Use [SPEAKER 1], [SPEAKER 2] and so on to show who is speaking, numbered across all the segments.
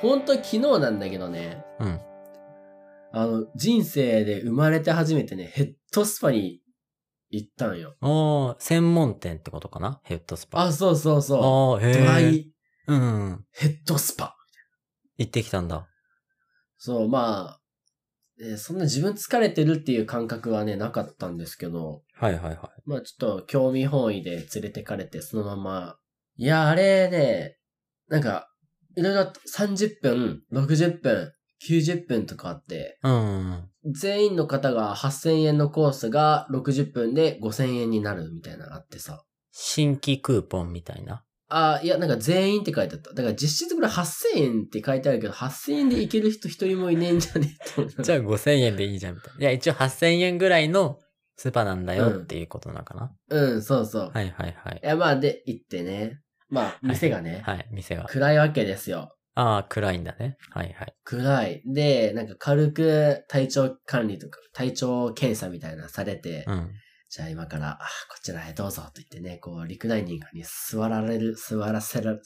[SPEAKER 1] 本当昨日なんだけどね、
[SPEAKER 2] うん。
[SPEAKER 1] あの、人生で生まれて初めてね、ヘッドスパに行ったんよ。
[SPEAKER 2] おー、専門店ってことかなヘッドスパ。
[SPEAKER 1] あ、そうそうそ
[SPEAKER 2] あ
[SPEAKER 1] う。
[SPEAKER 2] ー、へ
[SPEAKER 1] ドラ
[SPEAKER 2] え。
[SPEAKER 1] イ
[SPEAKER 2] うん。
[SPEAKER 1] ヘッドスパ。
[SPEAKER 2] 行ってきたんだ。
[SPEAKER 1] そう、まあ、えーそんな自分疲れてるっていう感覚はね、なかったんですけど、
[SPEAKER 2] はいはいはい。
[SPEAKER 1] まあちょっと興味本位で連れてかれて、そのまま。いや、あれね、なんか、いろいろあって30分、60分、90分とかあって、
[SPEAKER 2] うん。
[SPEAKER 1] 全員の方が8000円のコースが60分で5000円になるみたいなのがあってさ。
[SPEAKER 2] 新規クーポンみたいな。
[SPEAKER 1] あ、いや、なんか全員って書いてあった。だから実質これ8000円って書いてあるけど、8000円で行ける人一人もいねえんじゃねえと思う
[SPEAKER 2] じゃあ5000円でいいじゃんみたいな。いや、一応8000円ぐらいのスーパーなんだよっていうことなのかな。
[SPEAKER 1] うん、そうそう。
[SPEAKER 2] はいはいはい
[SPEAKER 1] い。や、まあ、で、行ってね。まあ、店がね、
[SPEAKER 2] はい、店は。
[SPEAKER 1] 暗いわけですよ。
[SPEAKER 2] ああ、暗いんだね。はいはい。
[SPEAKER 1] 暗い。で、なんか軽く体調管理とか、体調検査みたいなのされて、
[SPEAKER 2] うん。
[SPEAKER 1] じゃあ今から、あこちらへどうぞと言ってね、こう、リクライニングに座られる、座らせら、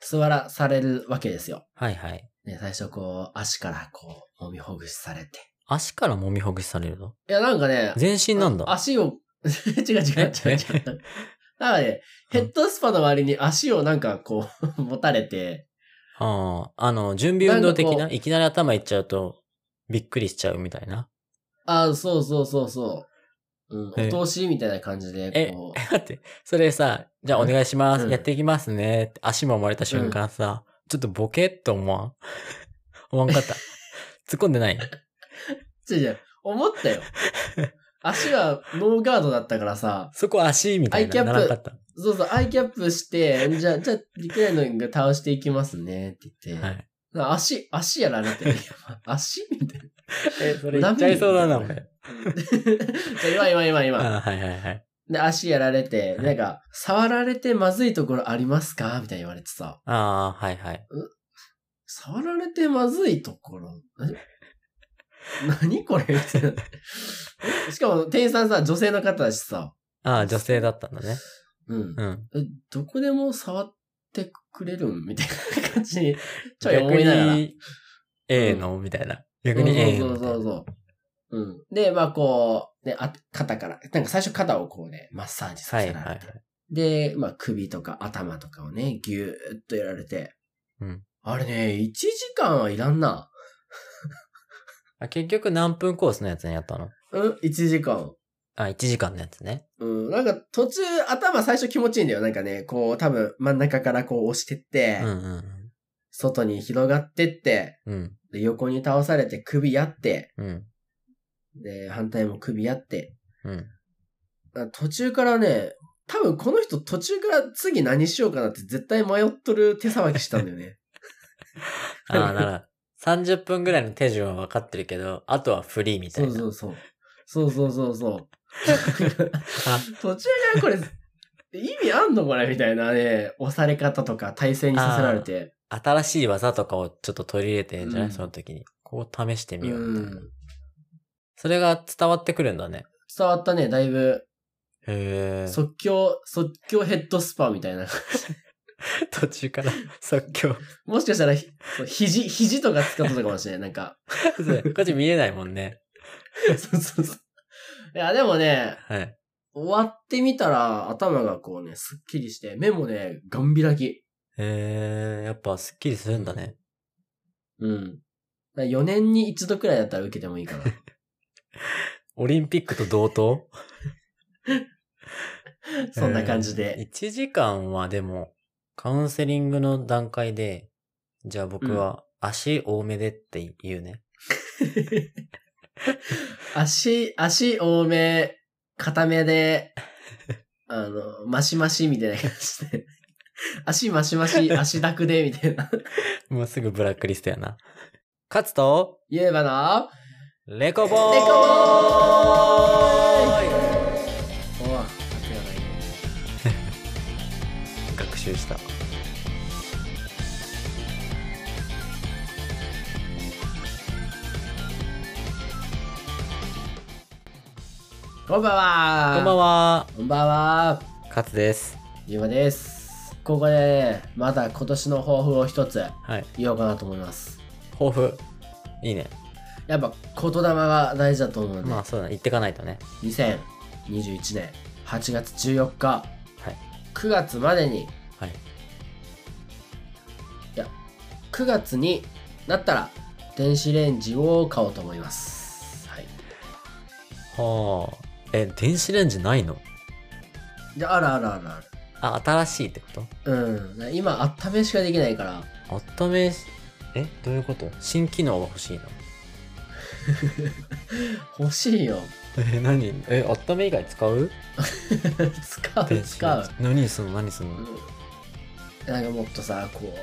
[SPEAKER 1] 座らされるわけですよ。
[SPEAKER 2] はいはい。
[SPEAKER 1] ね、最初こう、足からこう、揉みほぐしされて。
[SPEAKER 2] 足から揉みほぐしされるの
[SPEAKER 1] いや、なんかね、
[SPEAKER 2] 全身なん
[SPEAKER 1] あ
[SPEAKER 2] だ。
[SPEAKER 1] 足を、 違う違う違う違う。
[SPEAKER 2] え
[SPEAKER 1] だからね、ヘッドスパの割に足をなんかこう、 持たれて、
[SPEAKER 2] ああ、あの、準備運動的
[SPEAKER 1] な
[SPEAKER 2] な、
[SPEAKER 1] んか
[SPEAKER 2] いきなり頭いっちゃうと、びっくりしちゃうみたいな。
[SPEAKER 1] あそうそうそうそう。う
[SPEAKER 2] え
[SPEAKER 1] ん、お通しみたいな感じで
[SPEAKER 2] え、、
[SPEAKER 1] こう、
[SPEAKER 2] 待って、それさ、じゃあお願いします。
[SPEAKER 1] うん
[SPEAKER 2] やっていきますね。って足も揉まれた瞬間さ、ちょっとボケっと思わん 思わんかった。突っ込んでない
[SPEAKER 1] 違う違う、思った よ。足はノーガードだったからさ、
[SPEAKER 2] そこ足みたい
[SPEAKER 1] アイキャ
[SPEAKER 2] な。
[SPEAKER 1] ップ
[SPEAKER 2] ならんかった。
[SPEAKER 1] そうそう、アイキャップして、じゃあ、じゃあ、リクライニング倒していきますね、って言って。
[SPEAKER 2] はい。
[SPEAKER 1] 足、足やられ て、足みたいな。
[SPEAKER 2] え、そ
[SPEAKER 1] れ言
[SPEAKER 2] れ言
[SPEAKER 1] っ
[SPEAKER 2] っ
[SPEAKER 1] ち
[SPEAKER 2] ち
[SPEAKER 1] ゃ
[SPEAKER 2] ゃ
[SPEAKER 1] い
[SPEAKER 2] い
[SPEAKER 1] そ
[SPEAKER 2] そうう
[SPEAKER 1] だ
[SPEAKER 2] だ
[SPEAKER 1] な
[SPEAKER 2] な、
[SPEAKER 1] 俺
[SPEAKER 2] 俺。
[SPEAKER 1] じゃあ今今今今。
[SPEAKER 2] あはいはいはい。
[SPEAKER 1] で、足やられて、
[SPEAKER 2] は
[SPEAKER 1] で
[SPEAKER 2] い
[SPEAKER 1] なんか、触られてまずいところありますかみたいに言われてさ、
[SPEAKER 2] ああ、はいはい。
[SPEAKER 1] 触られてまずいところ何 何これみたいな。えしかも、店員さんさ、女性の方だしさ、
[SPEAKER 2] ああ、女性だったんだね。
[SPEAKER 1] うん。
[SPEAKER 2] うん。
[SPEAKER 1] えどこでも触ってくれるんみたいな感じに、ちょい思いながら。
[SPEAKER 2] 逆に A のみたいな。逆
[SPEAKER 1] う
[SPEAKER 2] に
[SPEAKER 1] ん
[SPEAKER 2] A
[SPEAKER 1] そ
[SPEAKER 2] の
[SPEAKER 1] う
[SPEAKER 2] みた
[SPEAKER 1] そ
[SPEAKER 2] いうな。
[SPEAKER 1] そう。うん。で、まあこう、ね、あ肩から、なんか最初肩をこうね、マッサージさ
[SPEAKER 2] は
[SPEAKER 1] せ
[SPEAKER 2] い
[SPEAKER 1] られ
[SPEAKER 2] は
[SPEAKER 1] て。
[SPEAKER 2] いはい。
[SPEAKER 1] で、まあ首とか頭とかをね、ぎゅーっとやられて。
[SPEAKER 2] うん
[SPEAKER 1] あれね、1時間はいらんな。
[SPEAKER 2] あ結局何分コースのやつにやったの
[SPEAKER 1] うん、1時間。
[SPEAKER 2] あ、1時間のやつね。
[SPEAKER 1] うん、なんか途中頭最初気持ちいいんだよ。なんかね、こう多分真ん中からこう押してって、
[SPEAKER 2] うんうん
[SPEAKER 1] 外に広がってって、
[SPEAKER 2] うん。うん。
[SPEAKER 1] で横に倒されて首やって、
[SPEAKER 2] うん。
[SPEAKER 1] で、反対も首やって、
[SPEAKER 2] うん。
[SPEAKER 1] 途中からね、多分この人途中から次何しようかなって絶対迷っとる手さばきしたんだよね。
[SPEAKER 2] ああ、なら、30分ぐらいの手順は分かってるけど、あとはフリー み
[SPEAKER 1] そ
[SPEAKER 2] たいうな。
[SPEAKER 1] そうそう。そうそうそう そう。
[SPEAKER 2] あ
[SPEAKER 1] 途中からこれ、意味あんのこれみたいなね、押され方とか体勢にさせられて。
[SPEAKER 2] 新しい技とかをちょっと取り入れてんじゃない、
[SPEAKER 1] うん
[SPEAKER 2] その時に。こう試して
[SPEAKER 1] う
[SPEAKER 2] みようみたいな。
[SPEAKER 1] ん。
[SPEAKER 2] それが伝わってくるんだね。
[SPEAKER 1] 伝わったね、だいぶ。
[SPEAKER 2] へえ。
[SPEAKER 1] 即興、即興ヘッドスパみたいな。
[SPEAKER 2] 途中から 即興。
[SPEAKER 1] もしかしたらひ、そう肘、肘とか使ってたかもしれない。なんか。
[SPEAKER 2] こっち見えないもんね。
[SPEAKER 1] そうそうそう。いや、でもね、
[SPEAKER 2] はい。
[SPEAKER 1] 終わってみたら頭がこうね、すっきりして、目もね、ガン開き。
[SPEAKER 2] へえ、やっぱスッキリするんだね。
[SPEAKER 1] うん。4年に一度くらいだったら受けてもいいかな。
[SPEAKER 2] オリンピックと同等
[SPEAKER 1] そんな感じ
[SPEAKER 2] え
[SPEAKER 1] で。
[SPEAKER 2] ー1時間はでも、カウンセリングの段階で、じゃあ僕は足多めでって言うね。
[SPEAKER 1] 足、足多め、固めで、あの、マシマシみたいな感じで。足マシマシ、足だくで、みたいな。
[SPEAKER 2] もうすぐブラックリストやな。勝つと、
[SPEAKER 1] 言えばな、
[SPEAKER 2] レコ
[SPEAKER 1] デ
[SPEAKER 2] ボー
[SPEAKER 1] コボーイおう
[SPEAKER 2] 学習した。
[SPEAKER 1] こんばんは
[SPEAKER 2] こんばんは、
[SPEAKER 1] こんばんは。
[SPEAKER 2] 勝つです。
[SPEAKER 1] ゆうまです。ここでね、まだ今年の抱負を一つ
[SPEAKER 2] はい。
[SPEAKER 1] 言おうかなと思います。
[SPEAKER 2] 抱負。いいね。
[SPEAKER 1] やっぱ言霊が大事だと思うので、
[SPEAKER 2] まあそうだね。行ってかないとね。
[SPEAKER 1] 2021年8月14日、
[SPEAKER 2] はい
[SPEAKER 1] 9月までに、
[SPEAKER 2] はい。
[SPEAKER 1] 9月になったら電子レンジを買おうと思います。はい。
[SPEAKER 2] はあ。え、電子レンジないの
[SPEAKER 1] で、あるあるあるある。
[SPEAKER 2] あ、新しいってこと
[SPEAKER 1] うん。今、温めしかできないから、
[SPEAKER 2] 温めし、え、どういうこと新機能が欲しいの
[SPEAKER 1] 欲しいよ。
[SPEAKER 2] え、何え、温め以外使う
[SPEAKER 1] 使う、使う。
[SPEAKER 2] 何すんの何すんの
[SPEAKER 1] うんなんかもっとさ、こう、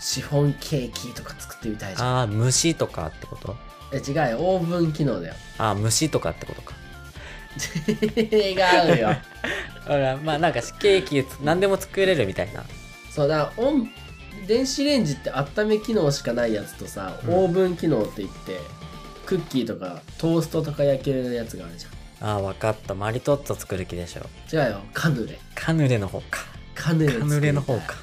[SPEAKER 1] シフォンケーキとか作ってみたいじゃん。
[SPEAKER 2] ああ、虫とかってこと
[SPEAKER 1] え違うよ、オーブン機能だよ。
[SPEAKER 2] ああ、虫とかってことか。
[SPEAKER 1] 違うよ。
[SPEAKER 2] あら、まあなんかケーキつ何でも作れるみたいな。
[SPEAKER 1] そうだからオン電子レンジって温め機能しかないやつとさ、
[SPEAKER 2] うん
[SPEAKER 1] オーブン機能って言ってクッキーとかトーストとか焼けるやつがあるじ
[SPEAKER 2] ああ、わかった。マリトッツォ作る気でしょ。
[SPEAKER 1] ゃん違うよカヌレ
[SPEAKER 2] カヌレの方か。
[SPEAKER 1] カヌレ
[SPEAKER 2] カヌレの方か。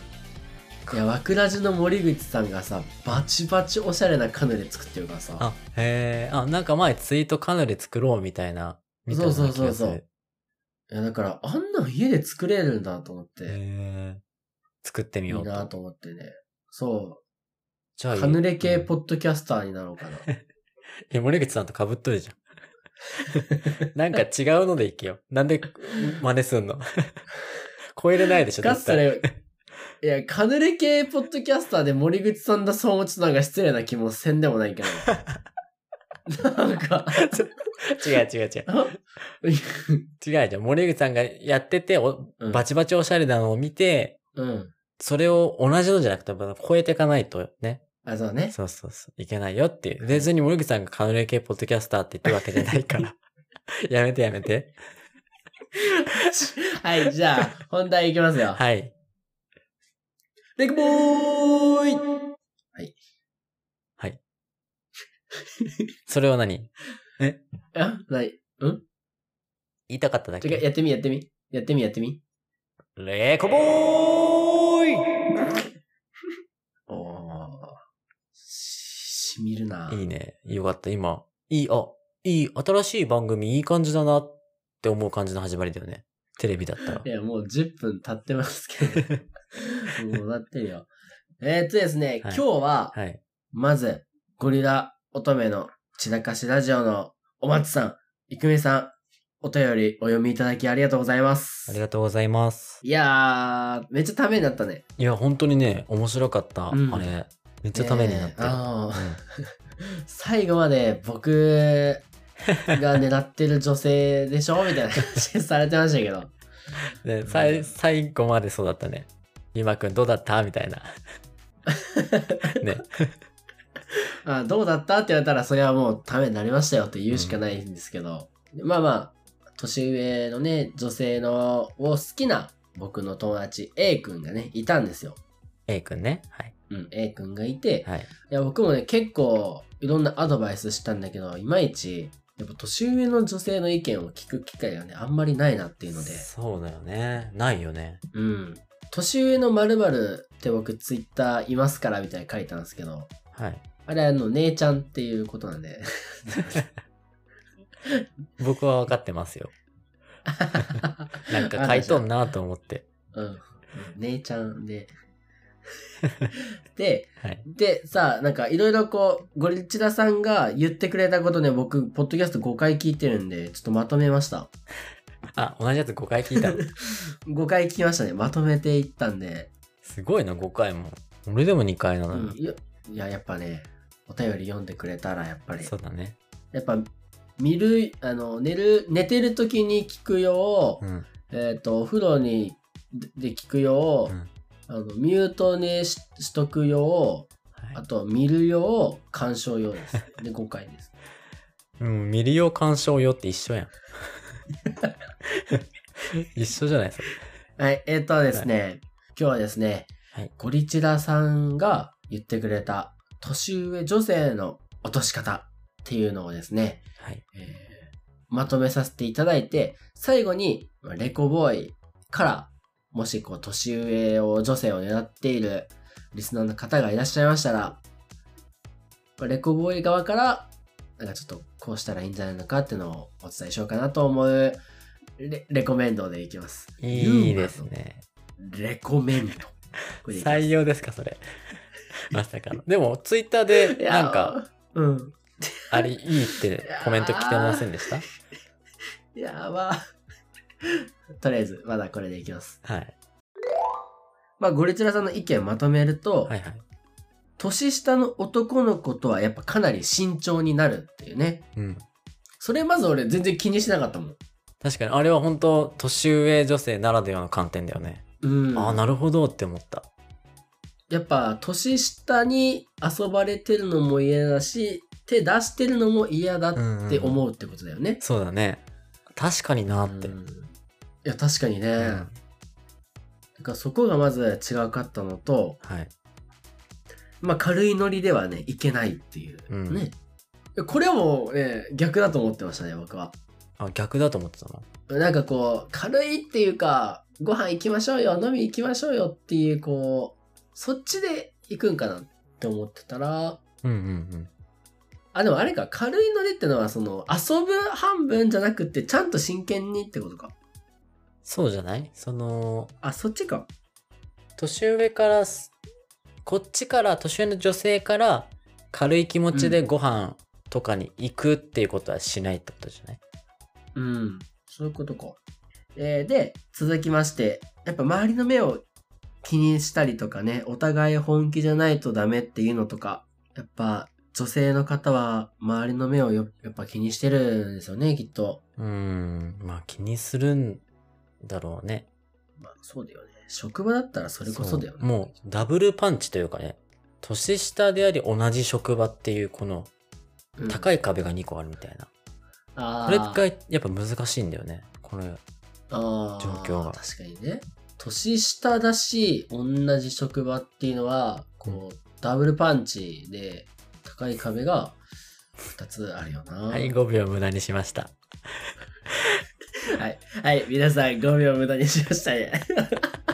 [SPEAKER 1] いやわくらじの森口さんがさバチバチおしゃれなカヌレ作ってるからさ
[SPEAKER 2] あ、へえ。あ、なんか前ツイートカヌレ作ろうみたいな。みたいな
[SPEAKER 1] そうそうそうそう
[SPEAKER 2] 気がする
[SPEAKER 1] いやだからあんなん家で作れるんだと思って
[SPEAKER 2] へえ。作ってみ
[SPEAKER 1] い
[SPEAKER 2] よ
[SPEAKER 1] いう
[SPEAKER 2] と。
[SPEAKER 1] なと思ってねそ
[SPEAKER 2] じゃあいうい
[SPEAKER 1] カヌレ系
[SPEAKER 2] うん
[SPEAKER 1] ポッドキャスターになろうかな
[SPEAKER 2] いや、森口さんと 被っとるじゃん。なんか違うのでいけよ。なんで真似すんの 超えれないで しょ、
[SPEAKER 1] か
[SPEAKER 2] 絶
[SPEAKER 1] つそ
[SPEAKER 2] 対。
[SPEAKER 1] れいやカヌレ系ポッドキャスターで森口さんだそう思うとなんか失礼な気もせんでもないけどなんか
[SPEAKER 2] 違う違う違う。違うじゃん。森口さんがやってて、お
[SPEAKER 1] うん
[SPEAKER 2] バチバチおしゃれなのを見て、
[SPEAKER 1] うん。
[SPEAKER 2] それを同じのじゃなくて、また超えていかないとね。
[SPEAKER 1] あ、そうね。
[SPEAKER 2] そうそうそう。いけないよっていう。別に森口さんがカヌレ系ポッドキャスターって言ってるわけじゃない から。やめてやめて。
[SPEAKER 1] はい、じゃあ、本題いきますよ。
[SPEAKER 2] はい。
[SPEAKER 1] レッグボーイ
[SPEAKER 2] それを何
[SPEAKER 1] あ、ない。
[SPEAKER 2] 言いたかっただ
[SPEAKER 1] 違う、
[SPEAKER 2] け。
[SPEAKER 1] やってみ、やってみ。やってみ、やってみ。
[SPEAKER 2] レコボーイ
[SPEAKER 1] おー。し、しみるない
[SPEAKER 2] いね。よかった。今、いい、あ、いい、新しい番組、いい感じだなって思う感じの始まりだよね。テレビだったら
[SPEAKER 1] い。や、もう10分経ってますけ ど。もうなってるよ。えー、っとですね、
[SPEAKER 2] はい
[SPEAKER 1] 今日は、
[SPEAKER 2] はい。
[SPEAKER 1] まず、ゴリラ乙女の散らかしラジオのお松さん、いくみさん、お便りお読みいただきありがとうございます。
[SPEAKER 2] ありがとうございます。
[SPEAKER 1] いやー、めっちゃためになったね。
[SPEAKER 2] いや、本当にね、面白かった。
[SPEAKER 1] うん
[SPEAKER 2] あれ。めっちゃためになっ
[SPEAKER 1] ねえ
[SPEAKER 2] た。
[SPEAKER 1] あー 最後まで僕が狙ってる女性でしょみたいな話されてましたけど。
[SPEAKER 2] うんで最最後までそうだったね。今くんどうだったみたいな。ね。
[SPEAKER 1] あどうだったって言われたら、それはもうためになりましたよって言うしかないんですけど。まあまあ、年上のね、女性のを好きな僕の友達 A 君がね、いたんですよ。
[SPEAKER 2] A くんね。はい。
[SPEAKER 1] うん、A 君がいて、
[SPEAKER 2] はい。
[SPEAKER 1] いや、僕もね、結構いろんなアドバイスしたんだけど、いまいち、やっぱ年上の女性の意見を聞く機会がね、あんまりないなっていうので。
[SPEAKER 2] そうだよね。ないよね。
[SPEAKER 1] うん。年上の〇〇って僕ツイッターいますからみたいに書いたんですけど、
[SPEAKER 2] はい。
[SPEAKER 1] あれあの、姉ちゃんっていうことなんで。
[SPEAKER 2] 僕は分かってま すよ。なんか書いとんなと思って。
[SPEAKER 1] うん。姉ちゃんで。で、
[SPEAKER 2] はい。
[SPEAKER 1] で、さあ、なんかいろいろこう、ゴリチラさんが言ってくれたことね、僕、ポッドキャスト5回聞いてるんで、ちょっとまとめました。
[SPEAKER 2] あ、同じやつ5 回聞いたの。
[SPEAKER 1] 5回聞きましたね。まとめていったんで。
[SPEAKER 2] すごいな、5回も。俺でも2回な
[SPEAKER 1] う
[SPEAKER 2] の
[SPEAKER 1] ん。
[SPEAKER 2] に。
[SPEAKER 1] いやいや、やっぱね、お便り読んでくれたら、やっぱり。
[SPEAKER 2] そうだね。
[SPEAKER 1] やっぱ、見る、あの、寝る、寝てる時に聞くよう、
[SPEAKER 2] うん。
[SPEAKER 1] えっ、と、お風呂にでで聞くよう、
[SPEAKER 2] うん
[SPEAKER 1] あのミュートにししとくよう、あ
[SPEAKER 2] は
[SPEAKER 1] と見るよう、鑑賞ようです。で、5回です。
[SPEAKER 2] い、うん、ミリオ鑑賞用って一 緒やん。一緒じゃないそれ。
[SPEAKER 1] はい、えっ、とですね、今日はですね、
[SPEAKER 2] はい
[SPEAKER 1] ゴリチラさんが言ってくれた年上女性の落とし方っていうのをですね、
[SPEAKER 2] はい。
[SPEAKER 1] えーまとめさせていただいて、最後にまあレコボーイからもしこう、年上を、女性を狙っているリスナーの方がいらっしゃいましたら、レコボーイ側から、なんかちょっとこうしたらいいんじゃないのかっていうのをお伝えしようかなと思うレ、レコメンドでいきます。
[SPEAKER 2] いいですね。
[SPEAKER 1] レコメンド。これでいきます
[SPEAKER 2] 採用ですか、それ。まさかの。でも、ツイッターで、
[SPEAKER 1] いや
[SPEAKER 2] なんか、、
[SPEAKER 1] うん。
[SPEAKER 2] あれ、いいってコメント来てませんでした
[SPEAKER 1] やば。とりあえず、まだこれでいきます。
[SPEAKER 2] はい。
[SPEAKER 1] まあ、ゴリチラさんの意見をまとめると、
[SPEAKER 2] はいはい。
[SPEAKER 1] 年下の男の子とはやっぱかなり慎重になるっていうね。
[SPEAKER 2] うん。
[SPEAKER 1] それまず俺全然気にしなかったもん。
[SPEAKER 2] 確かに、あれは本当年上女性ならではの観点だよね。
[SPEAKER 1] うん。
[SPEAKER 2] ああ、なるほどって思った。
[SPEAKER 1] やっぱ年下に遊ばれてるのも嫌だし、手出してるのも嫌だっ
[SPEAKER 2] んん
[SPEAKER 1] て思うってことだよね。
[SPEAKER 2] そうだね。確かになって。
[SPEAKER 1] うんいや、確かにね。
[SPEAKER 2] うん
[SPEAKER 1] だからそこがまず違うかったのと、
[SPEAKER 2] はい。
[SPEAKER 1] まあ、軽いノリではね、いけないっていう、
[SPEAKER 2] うん
[SPEAKER 1] ね。これもね、逆だと思ってましたね、僕は。
[SPEAKER 2] あ、逆だと思ってたの。
[SPEAKER 1] なんかこう、軽いっていうか、ご飯行きましょうよ、飲み行きましょうよっていう、こう、そっちで行くんかなって思ってたら、
[SPEAKER 2] うんうん
[SPEAKER 1] あ、でもあれか、軽いノリってのは、その、遊ぶ半分じゃなくて、ちゃんと真剣にってことか。
[SPEAKER 2] うん。そうじゃないその、
[SPEAKER 1] あ、そっちか。
[SPEAKER 2] 年上からす、こっちから、年上の女性から、軽い気持ちで
[SPEAKER 1] うん
[SPEAKER 2] ご飯とかに行くっていうことはしないってことじゃない、
[SPEAKER 1] うん。そういうことか。えーで、続きまして、やっぱ周りの目を気にしたりとかね、お互い本気じゃないとダメっていうのとか、やっぱ女性の方は周りの目をよやっぱ気にしてるんですよね、きっと。
[SPEAKER 2] うーん、まあ気にするんだろうね。
[SPEAKER 1] まあそうだよね。職場だったらそれこそだよね。
[SPEAKER 2] そうもうダブルパンチというかね、年下であり同じ職場っていうこの
[SPEAKER 1] うん、
[SPEAKER 2] 高い壁が2個あるみたいな。
[SPEAKER 1] あ
[SPEAKER 2] これがやっぱ難しいんだよね。これ、
[SPEAKER 1] 状
[SPEAKER 2] 状況が
[SPEAKER 1] 確かにね。年下だし、同じ職場っていうのは、こう、ダブルパンチで高い壁が2つあるよな。
[SPEAKER 2] はい、5秒無駄にしました。
[SPEAKER 1] はい。はい。皆さん5秒無駄にしましたね。ち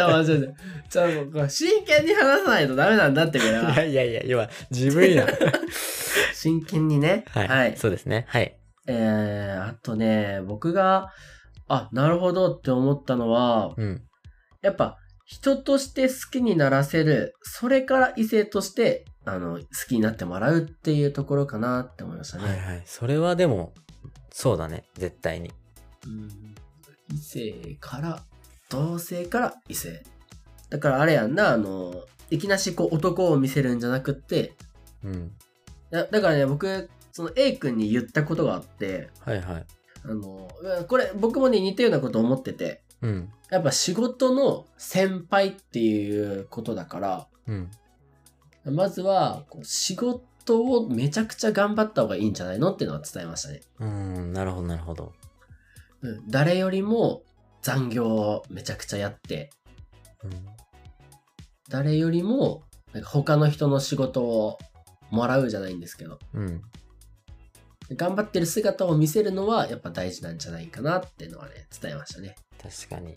[SPEAKER 1] ょ、待ってちょ、ちょ、こう真剣に話さないとダメなんだって、これ
[SPEAKER 2] い
[SPEAKER 1] は。
[SPEAKER 2] やいやいや、要は自 分や。
[SPEAKER 1] 真剣にね。
[SPEAKER 2] はい、そうですね。はい。
[SPEAKER 1] えー、あとね、僕が、あ、なるほどって思ったのは、
[SPEAKER 2] うん。
[SPEAKER 1] やっぱ、人として好きにならせる、それから異性として、あの、好きになってもらうっていうところかなって思いましたね。
[SPEAKER 2] はいはい。それはでも、そうだね。絶対に。
[SPEAKER 1] うん異性から同性から異性だからあれやんなあのいきなしこう男を見せるんじゃなくって
[SPEAKER 2] うん。
[SPEAKER 1] だだからね僕その A 君に言ったことがあって
[SPEAKER 2] はいはい。
[SPEAKER 1] あのうわこれ僕もね似たようなこと思ってて
[SPEAKER 2] うん。
[SPEAKER 1] やっぱ仕事の先輩っていうことだから
[SPEAKER 2] うん。
[SPEAKER 1] まずはこう仕事をめちゃくちゃ頑張った方がいいんじゃないのっていうのは伝えましたね、
[SPEAKER 2] うーん、なるほどなるほど。
[SPEAKER 1] うん、誰よりも残業をめちゃくちゃやって
[SPEAKER 2] うん。
[SPEAKER 1] 誰よりもなんか他の人の仕事をもらうじゃないんですけど
[SPEAKER 2] うん。
[SPEAKER 1] 頑張ってる姿を見せるのはやっぱ大事なんじゃないかなっていうのはね伝えましたね
[SPEAKER 2] 確かに。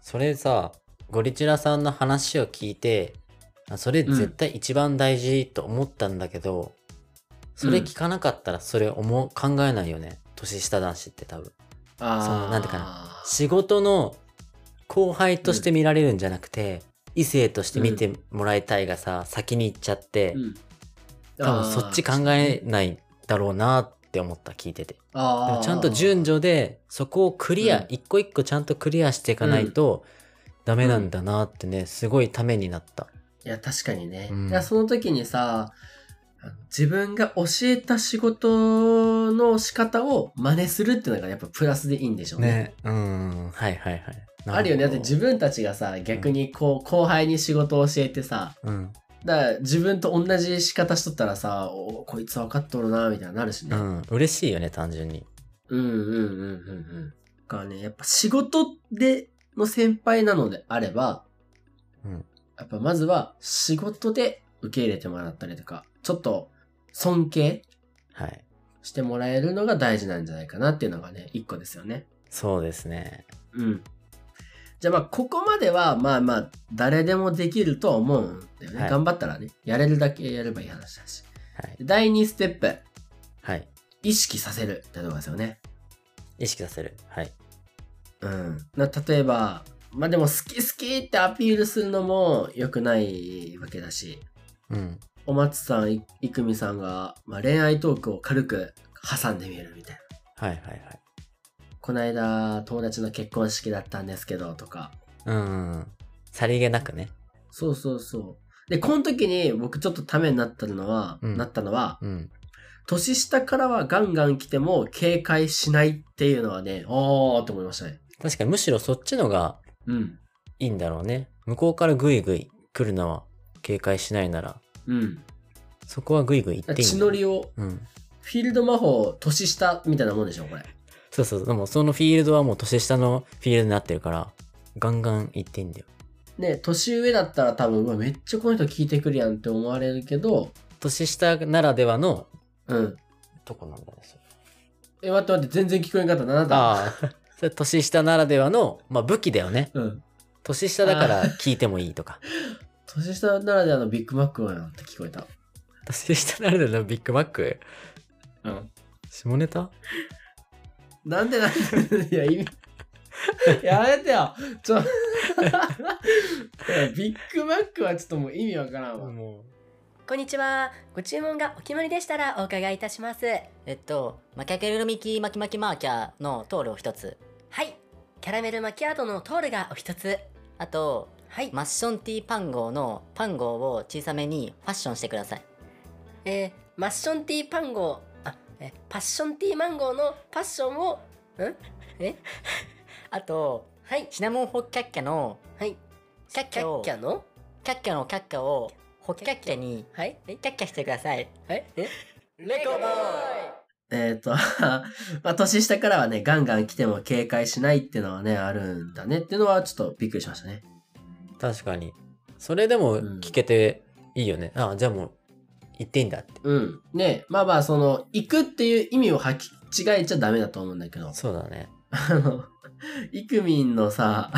[SPEAKER 2] それさ、ゴリチュラさんの話を聞いて、あそれ絶対一番大事と思ったんだけど、それ聞かなかったらそれ思う、考えないよね。年下男子って多分。
[SPEAKER 1] あ
[SPEAKER 2] そのなんていうか
[SPEAKER 1] な
[SPEAKER 2] 仕事の後輩として見られるんじゃなくて、異性として見てもらいたいがさ、先に行っちゃって、
[SPEAKER 1] うん
[SPEAKER 2] 多分そっち考えないだろうなって思った聞いててで
[SPEAKER 1] あ
[SPEAKER 2] も
[SPEAKER 1] ー
[SPEAKER 2] ちゃんと順序でそこをクリア、
[SPEAKER 1] うん
[SPEAKER 2] 一個一個ちゃんとクリアしていかないとダメなんだなってねすごいためになった
[SPEAKER 1] いや確かにね、
[SPEAKER 2] うん
[SPEAKER 1] いやその時にさあの自分が教えた仕事の仕方を真似するっていうのがやっぱプラスでいいんでしょうね
[SPEAKER 2] ねうんはいはいはい
[SPEAKER 1] あるよねだって自
[SPEAKER 2] 分
[SPEAKER 1] 分たちがさ逆にこう後輩に仕事を教えてさ、
[SPEAKER 2] うん、
[SPEAKER 1] だから自分と同じ仕方しとったらさ、おこいつ分かっとるな、みたいになるし
[SPEAKER 2] う
[SPEAKER 1] ね。
[SPEAKER 2] ん、嬉しいよね単純に
[SPEAKER 1] うんうんうんうんうん。だからね、やっぱ仕事での先輩なのであれば、
[SPEAKER 2] うん
[SPEAKER 1] やっぱまずは仕事で受け入れてもらったりとか、ちょっと尊敬
[SPEAKER 2] はい
[SPEAKER 1] してもらえるのが大事なんじゃないかなっていうのがね、一個ですよね。
[SPEAKER 2] そうですね
[SPEAKER 1] うん。じゃあまあ、ここまでは、まあまあ、誰でもできるとは思うんだよね。
[SPEAKER 2] はい
[SPEAKER 1] 頑張ったらね、やれるだけやればいい話だし。
[SPEAKER 2] はい。
[SPEAKER 1] 第2ステップ、
[SPEAKER 2] はい。
[SPEAKER 1] 意識させるってとこですよね。
[SPEAKER 2] 意識させる。はい。
[SPEAKER 1] うん。な例えば、まあでも、好き好きってアピールするのも良くないわけだし、
[SPEAKER 2] うん。
[SPEAKER 1] お松さん、いいくみさんが、まあ、恋愛トークを軽く挟んでみるみたいな。
[SPEAKER 2] はいはいはい。
[SPEAKER 1] この間、友達の結婚式だったんですけど、とか。
[SPEAKER 2] うん。さりげなくね。
[SPEAKER 1] そうそうそう。で、この時に僕ちょっとためになったのは、
[SPEAKER 2] うん
[SPEAKER 1] なったのは、
[SPEAKER 2] うん。
[SPEAKER 1] 年下からはガンガン来ても警戒しないっていうのはね、おーって思いましたね。
[SPEAKER 2] 確かにむしろそっちのが
[SPEAKER 1] うん。
[SPEAKER 2] いいんだろうね。向こうからグイグイ来るのは警戒しないなら、
[SPEAKER 1] うん。
[SPEAKER 2] そこはグイグイ行っていい
[SPEAKER 1] 血
[SPEAKER 2] ん
[SPEAKER 1] の
[SPEAKER 2] だよ
[SPEAKER 1] りを、
[SPEAKER 2] うん。
[SPEAKER 1] フィールド魔法、年下みたいなもんでしょ、これ。
[SPEAKER 2] そうそう。でもそのフィールドはもう年下のフィールドになってるから、ガンガン行っていいんだよ。
[SPEAKER 1] ね、年上だったら多分、うわ、めっちゃこの人聞いてくるやんって思われるけど、
[SPEAKER 2] 年下ならではの
[SPEAKER 1] うん。
[SPEAKER 2] とこなんだね。それ
[SPEAKER 1] え、待って待って、全然聞こえんかった、なんだ
[SPEAKER 2] ああ。それ年下ならではの、まあ武器だよね。
[SPEAKER 1] うん。
[SPEAKER 2] 年下だから聞いてもいいと か。
[SPEAKER 1] 年下ならではのビッグマックをやんって聞こえた。
[SPEAKER 2] 年下ならではのビッグマック
[SPEAKER 1] うん。
[SPEAKER 2] 下ネタ
[SPEAKER 1] なんでなんで いや、意味。やめてよ。ちょ、い やビッグマックはちょっともう意味わからんわ。
[SPEAKER 2] もう。
[SPEAKER 3] こんにちは。ご注文がお決まりでしたらお伺いいたします。
[SPEAKER 4] えっと、マキャケルミキマキマキマーキャーのトールを一つ。
[SPEAKER 3] はい。キャラメルマキアートのトールがお一つ。
[SPEAKER 4] あと、
[SPEAKER 3] はい。
[SPEAKER 4] マッションティーパンゴーのパンゴーを小さめにファッションしてください。
[SPEAKER 3] えー、マッションティーパンゴー、あ、え、パッションティーマンゴーのパッションを、
[SPEAKER 4] あと、
[SPEAKER 3] はい。
[SPEAKER 4] シナモンホッキャッキャの、
[SPEAKER 3] はい。キャッキャッキャの
[SPEAKER 4] キャッキャのキャッキャを、ホッキャッキャに、
[SPEAKER 3] はい。
[SPEAKER 4] キャッキャしてください。
[SPEAKER 3] はい。え
[SPEAKER 4] レコボーイ
[SPEAKER 1] えっ、と、 まあ、年下からはね、ガンガン来ても警戒しないっていうのはね、あるんだねっていうのはちょっとびっくりしましたね。
[SPEAKER 2] 確かに。それでも聞けていいよね。ああ、じゃあもう行っていいんだって。
[SPEAKER 1] うん。ね、まあまあ、その、行くっていう意味を履き違えちゃダメだと思うんだけ ど、
[SPEAKER 2] そうだね。
[SPEAKER 1] あの、イクミンのさ、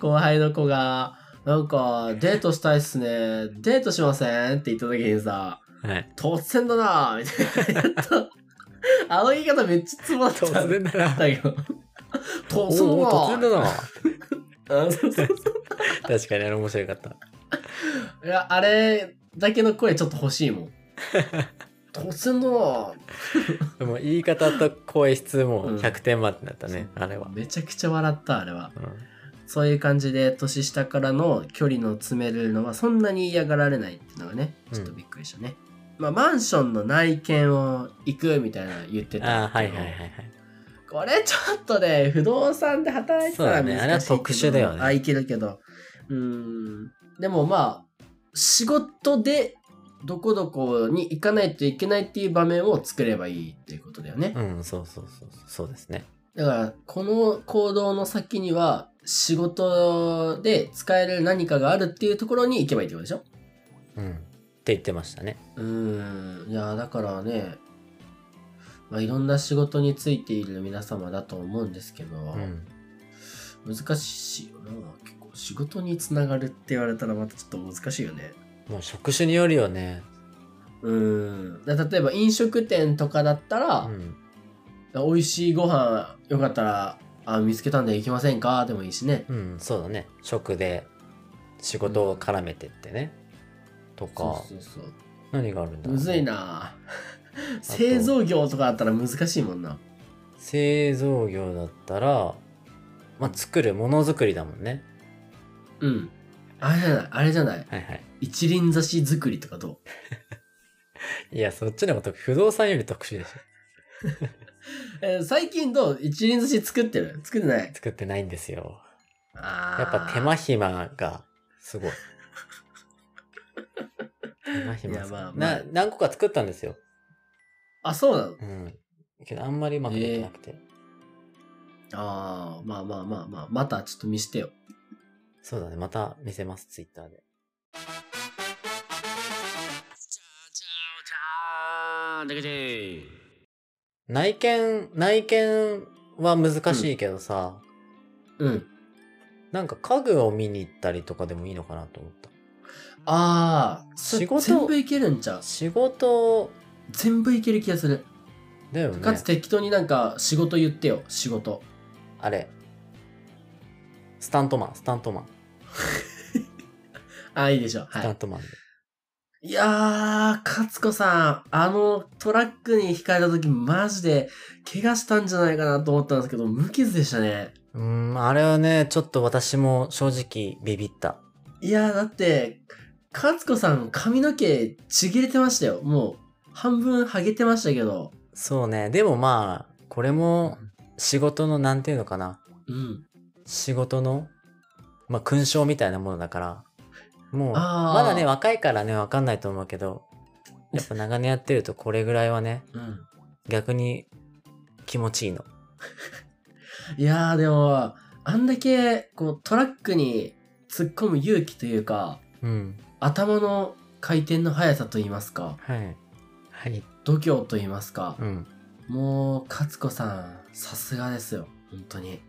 [SPEAKER 1] 後輩の子が、なんか、デートしたいっすね。デートしませんって言った時にさ、
[SPEAKER 2] はい。
[SPEAKER 1] 突然だなぁみたいなやった。あの言い方めっちゃツボだった。
[SPEAKER 2] 突然だな。
[SPEAKER 1] だけど。
[SPEAKER 2] お
[SPEAKER 1] 突
[SPEAKER 2] ー
[SPEAKER 1] 然だな
[SPEAKER 2] 突然だな。
[SPEAKER 1] うんそうそう
[SPEAKER 2] 確かにあれ面白かった。
[SPEAKER 1] いや、あれだけの声ちょっと欲しいもん。突然だなぁ
[SPEAKER 2] でも言い方と声質も
[SPEAKER 1] うん
[SPEAKER 2] 100点満点だったね。あれは。
[SPEAKER 1] めちゃくちゃ笑った、あれは。
[SPEAKER 2] うん
[SPEAKER 1] そういう感じで、年下からの距離の詰めるのはそんなに嫌がられないっていうのがね、
[SPEAKER 2] うん
[SPEAKER 1] ちょっとびっくりしたね。まあ、マンションの内見を行くみたいなの言ってた。
[SPEAKER 2] ああ、はいはいはいはい。
[SPEAKER 1] これちょっとね、不動産で働いてたら難しいけど、
[SPEAKER 2] そうだねあれは特殊だよね
[SPEAKER 1] あ、いけるけど。うーん。でもまあ、仕事でどこどこに行かないといけないっていう場面を作ればいいっていうことだよね。
[SPEAKER 2] うん、そうそうそうそう。そうですね。
[SPEAKER 1] だから、この行動の先には、仕事で使える何かがあるっていうところに行けばいいってことでしょ
[SPEAKER 2] うん。って言ってましたね。
[SPEAKER 1] うーん。いや、だからね、まあ、いろんな仕事についている皆様だと思うんですけど、
[SPEAKER 2] うん。
[SPEAKER 1] 難しいよな。結構、仕事につながるって言われたらまたちょっと難しいよね。
[SPEAKER 2] もう職種によるよね。
[SPEAKER 1] うーん。だから例えば飲食店とかだった
[SPEAKER 2] う
[SPEAKER 1] ら、
[SPEAKER 2] ん。
[SPEAKER 1] 美味しいご飯よかったら、あ、見つけたんで行きませんかでもいいしね。
[SPEAKER 2] うん、そうだね。職で仕事を絡めてってね。とか、
[SPEAKER 1] そうそうそう。
[SPEAKER 2] 何があるんだろう
[SPEAKER 1] む
[SPEAKER 2] ね
[SPEAKER 1] ずいな製造業とかだったら難しいもんな
[SPEAKER 2] 製造業だったら、まあ、作るものづくりだもんね
[SPEAKER 1] うんあれじゃないあれじゃない
[SPEAKER 2] はいはい
[SPEAKER 1] 一輪挿し作りとかど
[SPEAKER 2] いやそっちのこと不動産より特殊でしょ
[SPEAKER 1] う、えー最近どう一輪挿し作ってる作ってない
[SPEAKER 2] 作ってないんですよ
[SPEAKER 1] あー
[SPEAKER 2] やっぱ手間暇がすごい手間暇
[SPEAKER 1] いやまあまあ
[SPEAKER 2] な何個か作ったんですよ
[SPEAKER 1] あそうなの
[SPEAKER 2] うんけどあんまりうまくできなくて、
[SPEAKER 1] あーまあまあまあまあまたちょっと見してよ
[SPEAKER 2] そうだねまた見せますツイッターで内見内見は難しいけどさ、
[SPEAKER 1] うん
[SPEAKER 2] なんか家具を見に行ったりとかでもいいのかなと思った。
[SPEAKER 1] ああ、それ
[SPEAKER 2] 仕事
[SPEAKER 1] 全部いけるんちゃう
[SPEAKER 2] 仕事
[SPEAKER 1] 全部いける気がする。
[SPEAKER 2] だよね。
[SPEAKER 1] かつ適当になんか仕事言ってよ、仕事。
[SPEAKER 2] あれ。スタントマン、スタントマン、
[SPEAKER 1] ああ、いいでしょう。
[SPEAKER 2] スタ
[SPEAKER 1] は
[SPEAKER 2] ントマンで。
[SPEAKER 1] い。いやー、かつこさん、あのトラックに引かれた時マジで怪我したんじゃないかなと思ったんですけど、無傷でしたね。
[SPEAKER 2] うーん、あれはね、ちょっと私も正直ビビった。
[SPEAKER 1] いやー、だって、かつこさん髪の毛ちぎれてましたよ。もう、半分ハゲてましたけど。
[SPEAKER 2] そうね。でもまあ、これも仕事の、なんていうのかな。
[SPEAKER 1] うん。
[SPEAKER 2] 仕事の、まあ、勲章みたいなものだから、もう、
[SPEAKER 1] あー
[SPEAKER 2] まだね、若いからね、わかんないと思うけど、やっぱ長年やってるとこれぐらいはね、
[SPEAKER 1] うん。
[SPEAKER 2] 逆に気持ちいいの。
[SPEAKER 1] いやー、でも、あんだけ、こう、トラックに突っ込む勇気というか、
[SPEAKER 2] うん。
[SPEAKER 1] 頭の回転の速さと言いますか、
[SPEAKER 2] はい。はい。
[SPEAKER 1] 度胸と言いますか、
[SPEAKER 2] うん。
[SPEAKER 1] もう、かつこさん、さすがですよ。本当に。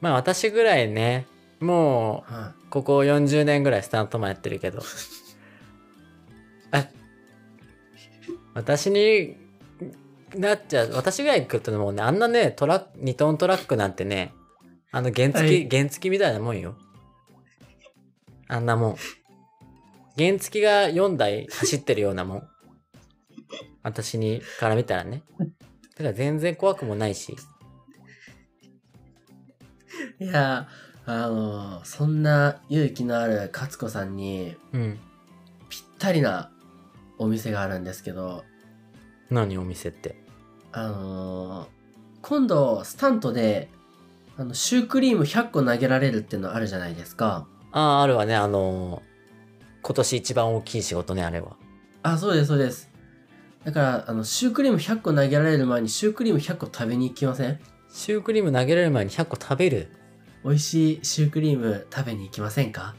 [SPEAKER 2] まあ、私ぐらいね、もう、
[SPEAKER 1] は
[SPEAKER 2] ここ40年ぐらいスタントマンやってるけど。あ私になっちゃう。私ぐらい来るともうね、あんなね、トラック、2トントラックなんてね、あの原付き、
[SPEAKER 1] はい
[SPEAKER 2] 原付きみたいなもんよ。あんなもん。原付きが4台走ってるようなもん。私にから見たらね。だから全然怖くもないし。
[SPEAKER 1] い。いやー、あのーそんな勇気のあるかつこさんに、
[SPEAKER 2] うん。
[SPEAKER 1] ぴったりなお店があるんですけど、
[SPEAKER 2] 何お店って。
[SPEAKER 1] あのー今度、スタントで、あの、シュークリーム100個投げられるってのあるじゃないですか。
[SPEAKER 2] ああ、あるわね。あのー今年一番大きい仕事ね、あれは。
[SPEAKER 1] あ、そうです、そうです。だから、あの、シュークリーム100個投げられる前に、シュークリーム100個食べに行きません
[SPEAKER 2] シュークリーム投げられる前に100個食べる。
[SPEAKER 1] 美味しいシュークリーム食べに行きませんか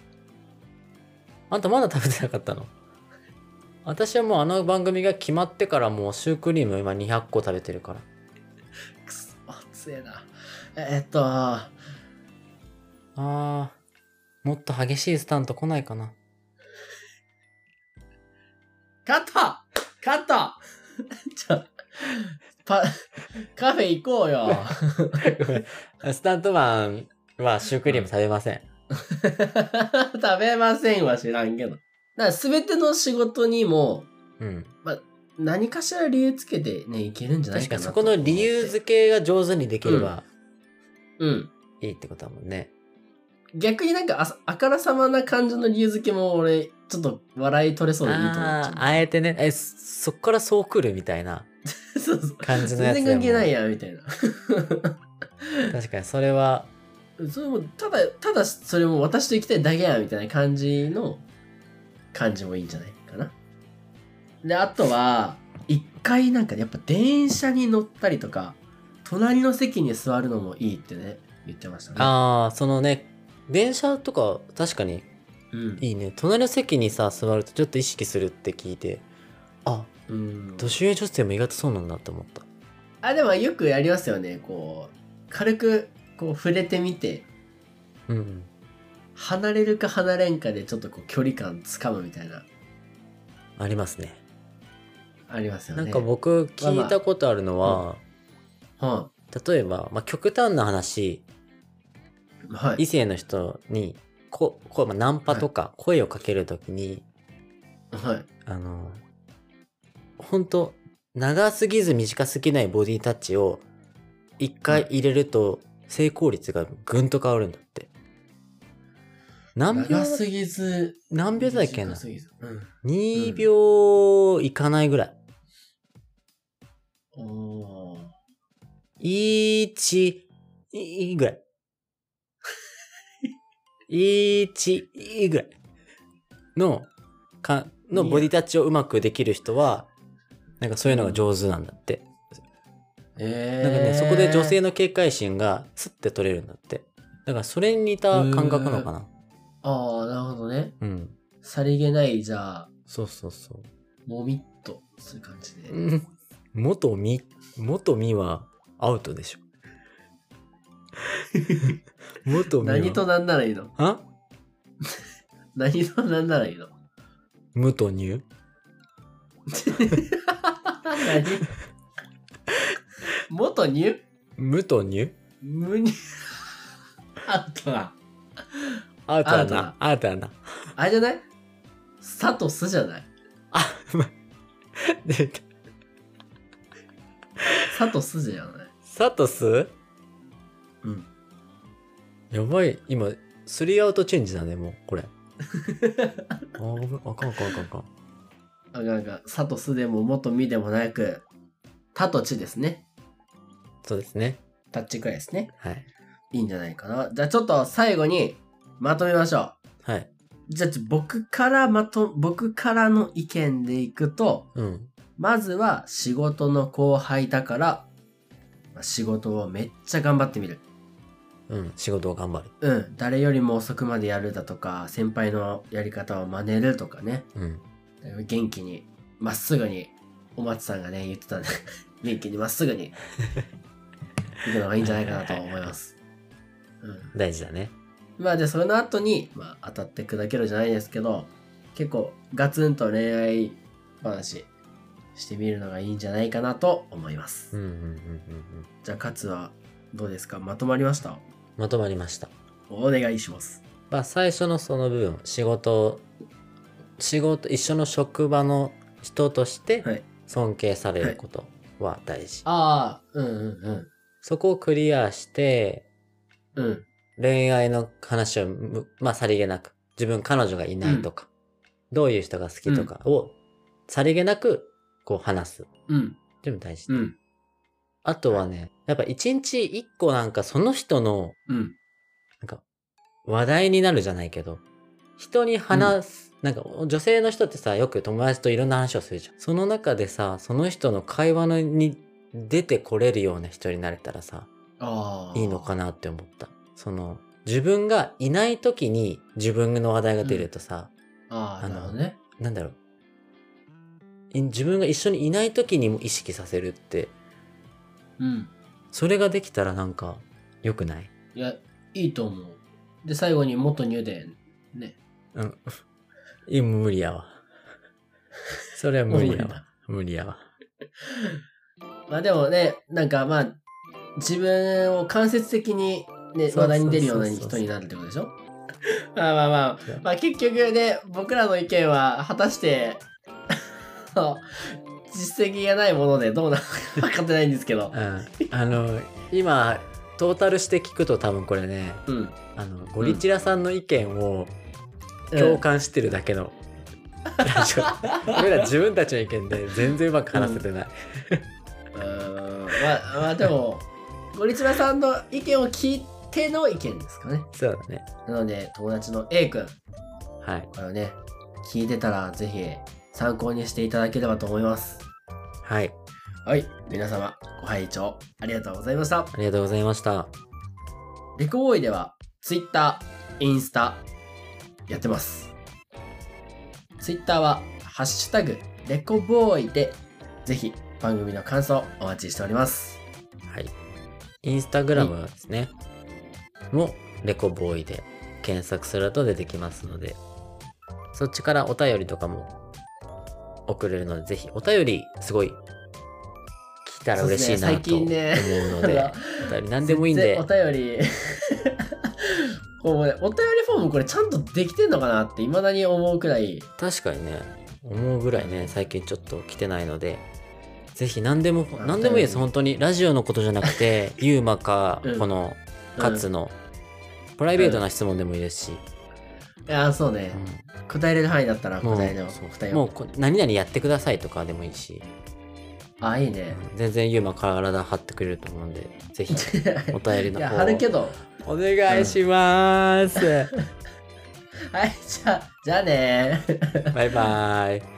[SPEAKER 2] あんたまだ食べてなかったの私はもうあの番組が決まってからもうシュークリーム今200個食べてるから。
[SPEAKER 1] くそ、つえな。えっと、あ
[SPEAKER 2] あー、もっと激しいスタント来ないかな。
[SPEAKER 1] カットカット ちょ、パ、カフェ行こうよ。
[SPEAKER 2] スタントマンはシュークリーム食べません。
[SPEAKER 1] 食べませんは知らんけど。だから、すべての仕事にも、
[SPEAKER 2] うん。
[SPEAKER 1] 何かしら理由つけてね、いけるんじゃないか
[SPEAKER 2] 確か
[SPEAKER 1] な
[SPEAKER 2] に
[SPEAKER 1] と
[SPEAKER 2] そこの理由
[SPEAKER 1] 思って
[SPEAKER 2] 付けが上手にできれば
[SPEAKER 1] うん。
[SPEAKER 2] いいってことだもんね。
[SPEAKER 1] 逆になんかあさあからさまな感じの理由付けも俺ちょっと笑い取れそうでいいと思っち
[SPEAKER 2] あ
[SPEAKER 1] ゃ
[SPEAKER 2] あ、あえてね、え、そそっからそう来るみたいな。
[SPEAKER 1] う そうそう
[SPEAKER 2] 感じのや
[SPEAKER 1] 全然
[SPEAKER 2] つだもん
[SPEAKER 1] 関係ないやみたいな
[SPEAKER 2] 確かにそれは
[SPEAKER 1] それもただただそれも私と行きたいだけやみたいな感じの感じもいいんじゃないかなであとは一回なんかやっぱ電車に乗ったりとか隣の席に座るのもいいってね言ってましたね
[SPEAKER 2] ああそのね電車とか確かに
[SPEAKER 1] うん
[SPEAKER 2] いいね隣の席にさ座るとちょっと意識するって聞いてあ
[SPEAKER 1] うん
[SPEAKER 2] 年上女性も意外とそうなんだって思った
[SPEAKER 1] あでもよくやりますよねこう軽くこう触れてみて
[SPEAKER 2] うん
[SPEAKER 1] 離れるか離れんかでちょっとこう距離感つかむみたいな
[SPEAKER 2] ありますね
[SPEAKER 1] ありますよね。
[SPEAKER 2] なんか僕聞いたことあるのは、
[SPEAKER 1] は
[SPEAKER 2] 例えば、まあ、極端な話
[SPEAKER 1] い、はい、
[SPEAKER 2] 異性の人にここう、まあ、ナンパとか声をかけるときに、
[SPEAKER 1] はい、
[SPEAKER 2] あの本当長すぎず短すぎないボディタッチを一回入れると成功率がぐんと変わるんだって。何秒
[SPEAKER 1] 長すぎず
[SPEAKER 2] 何秒だっけな
[SPEAKER 1] 短すぎずうん
[SPEAKER 2] ?2 秒いかないぐらい。
[SPEAKER 1] おー
[SPEAKER 2] 1いいぐら い。1いいぐらい。の、か、のボディタッチをうまくできる人は、なんかそういうのが上手なんだって。
[SPEAKER 1] え
[SPEAKER 2] な
[SPEAKER 1] ー
[SPEAKER 2] んかね、そこで女性の警戒心がスッて取れるんだって。だからそれに似た感覚なのかな。
[SPEAKER 1] ああなるほどね
[SPEAKER 2] うん。
[SPEAKER 1] さりげないじゃあ
[SPEAKER 2] そうそうそ
[SPEAKER 1] もみっとする感じで、
[SPEAKER 2] う。 元み、元みはアウトでしょ。元美
[SPEAKER 1] 何と
[SPEAKER 2] は
[SPEAKER 1] 何ならいいの
[SPEAKER 2] あ
[SPEAKER 1] 何と何ならいいの
[SPEAKER 2] 無と乳
[SPEAKER 1] 何元乳
[SPEAKER 2] 無と乳
[SPEAKER 1] 無乳あとは
[SPEAKER 2] アートだ
[SPEAKER 1] アートだ
[SPEAKER 2] な。アートだな。
[SPEAKER 1] あれじゃないサとスじゃない
[SPEAKER 2] あ、ま、で、
[SPEAKER 1] サとスじゃない
[SPEAKER 2] サトス
[SPEAKER 1] うん。
[SPEAKER 2] やばい。今、スリーアウトチェンジだね、もう、 これ。あ、ごめん。あかんあかんあかんあかん。
[SPEAKER 1] あがんがサとスでも元みでもなくタとチですね
[SPEAKER 2] そうですね。
[SPEAKER 1] タッチくらいですね
[SPEAKER 2] はい。
[SPEAKER 1] いいんじゃないかなじゃあちょっと最後にまとめましょう
[SPEAKER 2] はい。
[SPEAKER 1] じゃあ僕からまと僕からの意見でいくと
[SPEAKER 2] うん。
[SPEAKER 1] まずは仕事の後輩だから、まあ仕事をめっちゃ頑張ってみる。
[SPEAKER 2] うん。仕事を頑張る。
[SPEAKER 1] うん。誰よりも遅くまでやるだとか、先輩のやり方を真似るとかね。
[SPEAKER 2] うん。
[SPEAKER 1] 元気に、まっすぐに、お松さんがね、言ってたね。 元気にまっすぐに、行くのがいいんじゃないかなと思います。うん。
[SPEAKER 2] 大事だね。
[SPEAKER 1] まあで、その後に、まあ当たって砕けるじゃないですけど、結構ガツンと恋愛話してみるのがいいんじゃないかなと思います。
[SPEAKER 2] うんうんうんうんうん。
[SPEAKER 1] じゃあ、勝はどうですかまとまりました
[SPEAKER 2] まとまりました。
[SPEAKER 1] お願いします。
[SPEAKER 2] まあ、最初のその部分仕事仕事一緒の職場の人として
[SPEAKER 1] はい
[SPEAKER 2] 尊敬されることは大事、
[SPEAKER 1] ああ、うんうん
[SPEAKER 2] そこをクリアして
[SPEAKER 1] うん。うん。
[SPEAKER 2] 恋愛の話をむ、まあ、さりげなく自分彼女がいないとか、どういう人が好きとかをさりげなくこう話す
[SPEAKER 1] うん。
[SPEAKER 2] でも大事、
[SPEAKER 1] うん。
[SPEAKER 2] あとはねやっぱ一日一個なんかその人の
[SPEAKER 1] うん。
[SPEAKER 2] 話題になるじゃないけど、人に話す、なんか女性の人ってさ、よく友達といろんな話をするじゃん。その中でさ、その人の会話のに出てこれるような人になれたらさ、
[SPEAKER 1] ああ。
[SPEAKER 2] いいのかなって思った。その、自分がいない時に自分の話題が出るとさ、
[SPEAKER 1] ああ、
[SPEAKER 2] あ
[SPEAKER 1] な
[SPEAKER 2] の
[SPEAKER 1] るほどね。
[SPEAKER 2] なんだろう。い自分が一緒にいない時にも意識させるって、
[SPEAKER 1] うん。
[SPEAKER 2] それができたらなんか、良くない
[SPEAKER 1] いや、いいと思う。で、最後に元入電。ね。
[SPEAKER 2] うん。 いや無理やわ。それは無理やわ。無理やわ。
[SPEAKER 1] まあでもね、なんかまあ、自分を間接的に、ね、
[SPEAKER 2] そうそうそうそう
[SPEAKER 1] 話題に出るような人になるってことでしょ まあまあまあ、まあ結局ね、僕らの意見は果たして、あの実績がないものでどうなるか分かってないんですけど
[SPEAKER 2] う。んあの、今、トータルして聞くと多分これね、
[SPEAKER 1] うん。
[SPEAKER 2] あの、ゴリチラさんの意見を共感してるだけの、ラジオ。俺ら自分たちの意見で全然うまく話せてない。
[SPEAKER 1] うーんまあ、まあでも、ゴリチラさんの意見を聞いての意見ですかね。
[SPEAKER 2] そうだね。
[SPEAKER 1] なので、友達の A 君、
[SPEAKER 2] はい。
[SPEAKER 1] これをね、聞いてたらぜひ参考にしていただければと思います。
[SPEAKER 2] はい。
[SPEAKER 1] はい、皆様、ご拝聴ありがとうございました。
[SPEAKER 2] ありがとうございました。
[SPEAKER 1] レコボーイでは、Twitter、インスタ、やってます。Twitter は、ハッシュタグ、レコボーイで、ぜひ番組の感想お待ちしております。
[SPEAKER 2] はい。インスタグラムですね。も、レコボーイで検索すると出てきますので、そっちからお便りとかも送れるので、ぜひお便り、すごい、来たら嬉しいな
[SPEAKER 1] そうです
[SPEAKER 2] と思うの
[SPEAKER 1] ね
[SPEAKER 2] で、
[SPEAKER 1] 最
[SPEAKER 2] お便り何でもいいんで
[SPEAKER 1] 全、然お便り こうねお便りフォームこれちゃんとできてんのかなっていまだに思うくらい
[SPEAKER 2] 確かにね、思うぐらいね、最近ちょっと来てないので、ぜひ何でも、
[SPEAKER 1] あ
[SPEAKER 2] 何でもい
[SPEAKER 1] お便
[SPEAKER 2] いです、
[SPEAKER 1] り
[SPEAKER 2] 本当に。ラジオのことじゃなく て、ユーマか
[SPEAKER 1] う、ん
[SPEAKER 2] この、カツの、プライベートな質問でもいいですし、
[SPEAKER 1] いやそうね、
[SPEAKER 2] うん
[SPEAKER 1] 答えれる範囲だったら
[SPEAKER 2] もう
[SPEAKER 1] 答えの
[SPEAKER 2] そう
[SPEAKER 1] 答え
[SPEAKER 2] も
[SPEAKER 1] を
[SPEAKER 2] うこ何々やってくださいとかでもいいし、
[SPEAKER 1] あいいね
[SPEAKER 2] 全然ユーマ体張ってくれると思うんで、ぜひお便り
[SPEAKER 1] い
[SPEAKER 2] の
[SPEAKER 1] や
[SPEAKER 2] 方
[SPEAKER 1] 貼るけど
[SPEAKER 2] お願い します。
[SPEAKER 1] はいじゃあじゃあねー
[SPEAKER 2] バイバイ。